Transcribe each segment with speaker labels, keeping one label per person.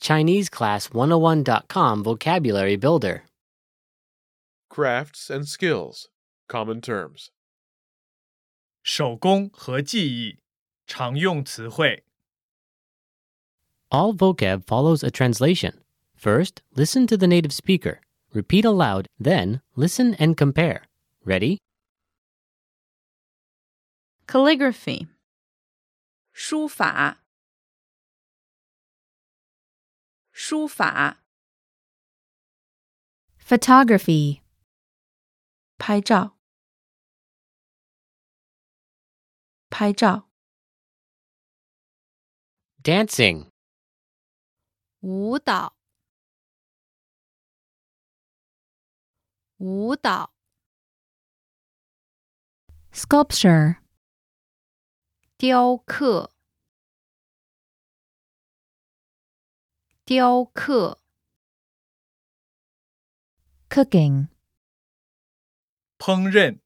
Speaker 1: ChineseClass101.com Vocabulary Builder.
Speaker 2: Crafts and skills. Common terms.
Speaker 3: 手工和技艺，常用词汇。
Speaker 1: All vocab follows a translation. First, listen to the native speaker. Repeat aloud, then, listen and compare. Ready?
Speaker 4: calligraphy，书法，书法，
Speaker 5: photography,
Speaker 4: 拍照，拍照，
Speaker 1: Dancing.
Speaker 5: 舞蹈，舞蹈，sculpture，雕刻，雕刻，cooking，
Speaker 3: 烹饪，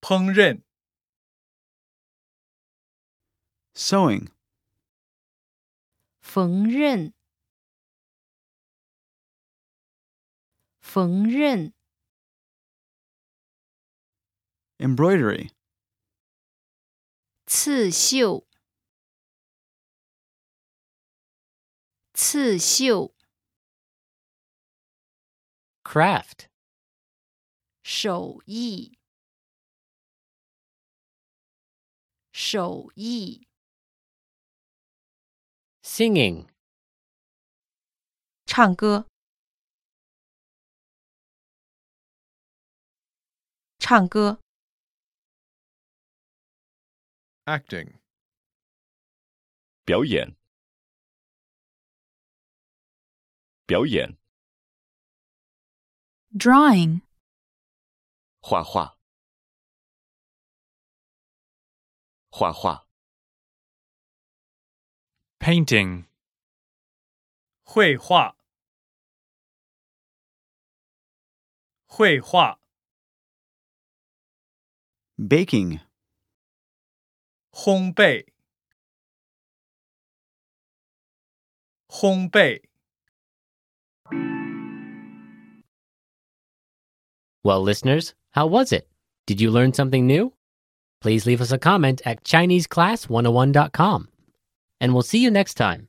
Speaker 3: 烹饪，
Speaker 6: sewing,
Speaker 5: 缝纫，缝纫，
Speaker 6: embroidery,
Speaker 5: 刺绣，刺绣。
Speaker 1: Craft.
Speaker 5: 手艺，手艺，
Speaker 1: Singing.
Speaker 4: 唱歌，唱歌，
Speaker 2: Acting.
Speaker 7: 表演，表演，
Speaker 5: drawing，
Speaker 7: 画画，画画，
Speaker 8: painting,
Speaker 3: 绘画，绘画，
Speaker 6: baking,
Speaker 3: 烘焙，烘焙。
Speaker 1: Well, listeners, how was it? Did you learn something new? oh Please leave us a comment at ChineseClass101.com. And we'll see you next time.